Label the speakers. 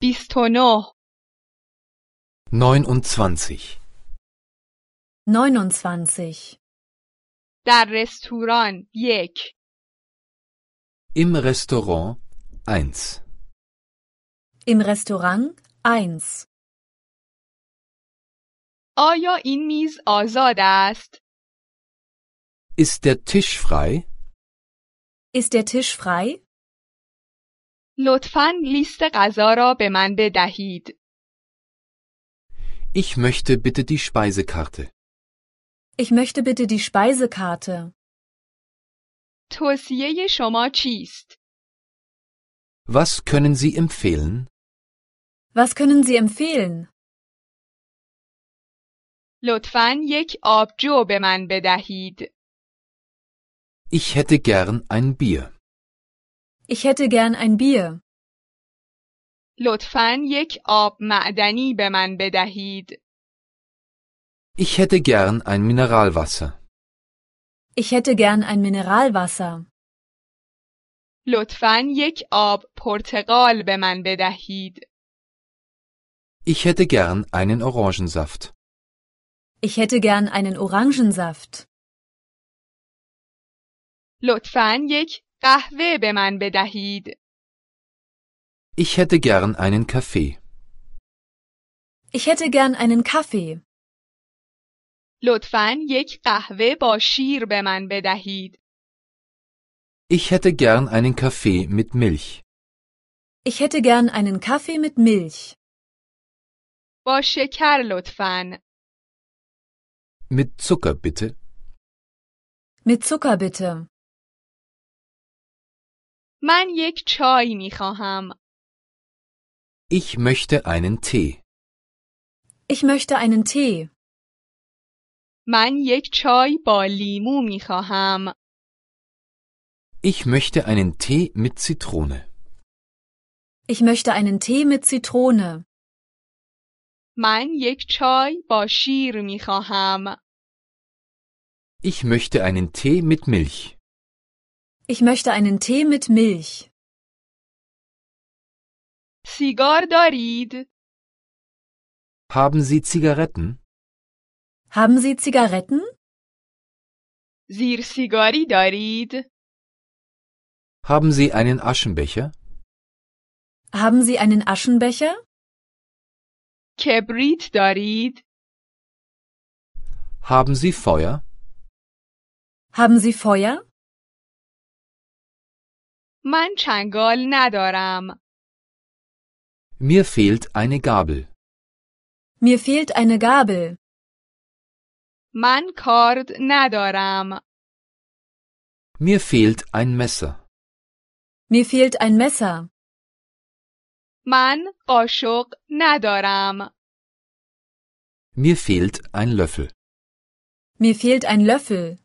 Speaker 1: Tonneau.
Speaker 2: 29.
Speaker 3: 29.
Speaker 1: در رستوران یک.
Speaker 2: Im Restaurant 1.
Speaker 3: Im Restaurant 1.
Speaker 1: آیا این میز آزاد است؟
Speaker 2: Ist der Tisch frei?
Speaker 3: Ist der Tisch frei?
Speaker 1: لطفاً لیست غذا را به من بدهید.
Speaker 2: Ich möchte bitte die Speisekarte.
Speaker 3: Ich möchte bitte die Speisekarte.
Speaker 1: توصیه شما چیست؟
Speaker 2: Was können Sie empfehlen?
Speaker 3: Was können Sie empfehlen?
Speaker 1: لطفاً یک آبجو به من بدهید.
Speaker 2: Ich hätte gern ein Bier.
Speaker 3: Ich hätte gern ein Bier.
Speaker 1: لطفاً یک آب معدنی به من بدهید.
Speaker 2: Ich hätte gern ein Mineralwasser.
Speaker 3: Ich hätte gern ein Mineralwasser.
Speaker 1: لطفاً یک آب پرتقال به من بدهید.
Speaker 2: Ich hätte gern einen Orangensaft.
Speaker 3: Ich hätte gern einen Orangensaft.
Speaker 1: لطفاً یک قهوه به من بدهید.
Speaker 2: Ich hätte gern einen Kaffee.
Speaker 3: Ich hätte gern einen Kaffee.
Speaker 1: لطفاً یک قهوه با شیر به من بدهید.
Speaker 2: Ich hätte gern einen Kaffee mit Milch.
Speaker 3: Ich hätte gern einen Kaffee mit Milch.
Speaker 1: با شکر لطفاً.
Speaker 2: Mit Zucker bitte.
Speaker 3: Mit Zucker bitte.
Speaker 1: من یک چای می خواهم.
Speaker 2: Ich möchte einen Tee.
Speaker 3: Ich möchte einen Tee.
Speaker 1: من یک چای با لیمو می خواهم.
Speaker 2: Ich möchte einen Tee mit Zitrone.
Speaker 3: Ich möchte einen Tee mit Zitrone.
Speaker 1: من یک چای با شیر می خواهم.
Speaker 2: Ich möchte einen Tee mit Milch.
Speaker 3: Ich möchte einen Tee mit Milch.
Speaker 1: سیگار دارید؟
Speaker 2: Haben Sie Zigaretten?
Speaker 3: Haben Sie Zigaretten?
Speaker 1: زیر سیگاری دارید؟
Speaker 2: Haben Sie einen Aschenbecher?
Speaker 3: Haben Sie einen Aschenbecher?
Speaker 1: کبریت دارید؟
Speaker 2: Haben Sie Feuer?
Speaker 3: Haben Sie Feuer?
Speaker 1: من چنگال ندارم.
Speaker 2: Mir fehlt eine Gabel.
Speaker 3: Mir fehlt eine Gabel.
Speaker 1: من کارد ندارم.
Speaker 2: Mir fehlt ein Messer.
Speaker 3: Mir fehlt ein Messer.
Speaker 1: من قاشق ندارم.
Speaker 2: Mir fehlt ein Löffel.
Speaker 3: Mir fehlt ein Löffel.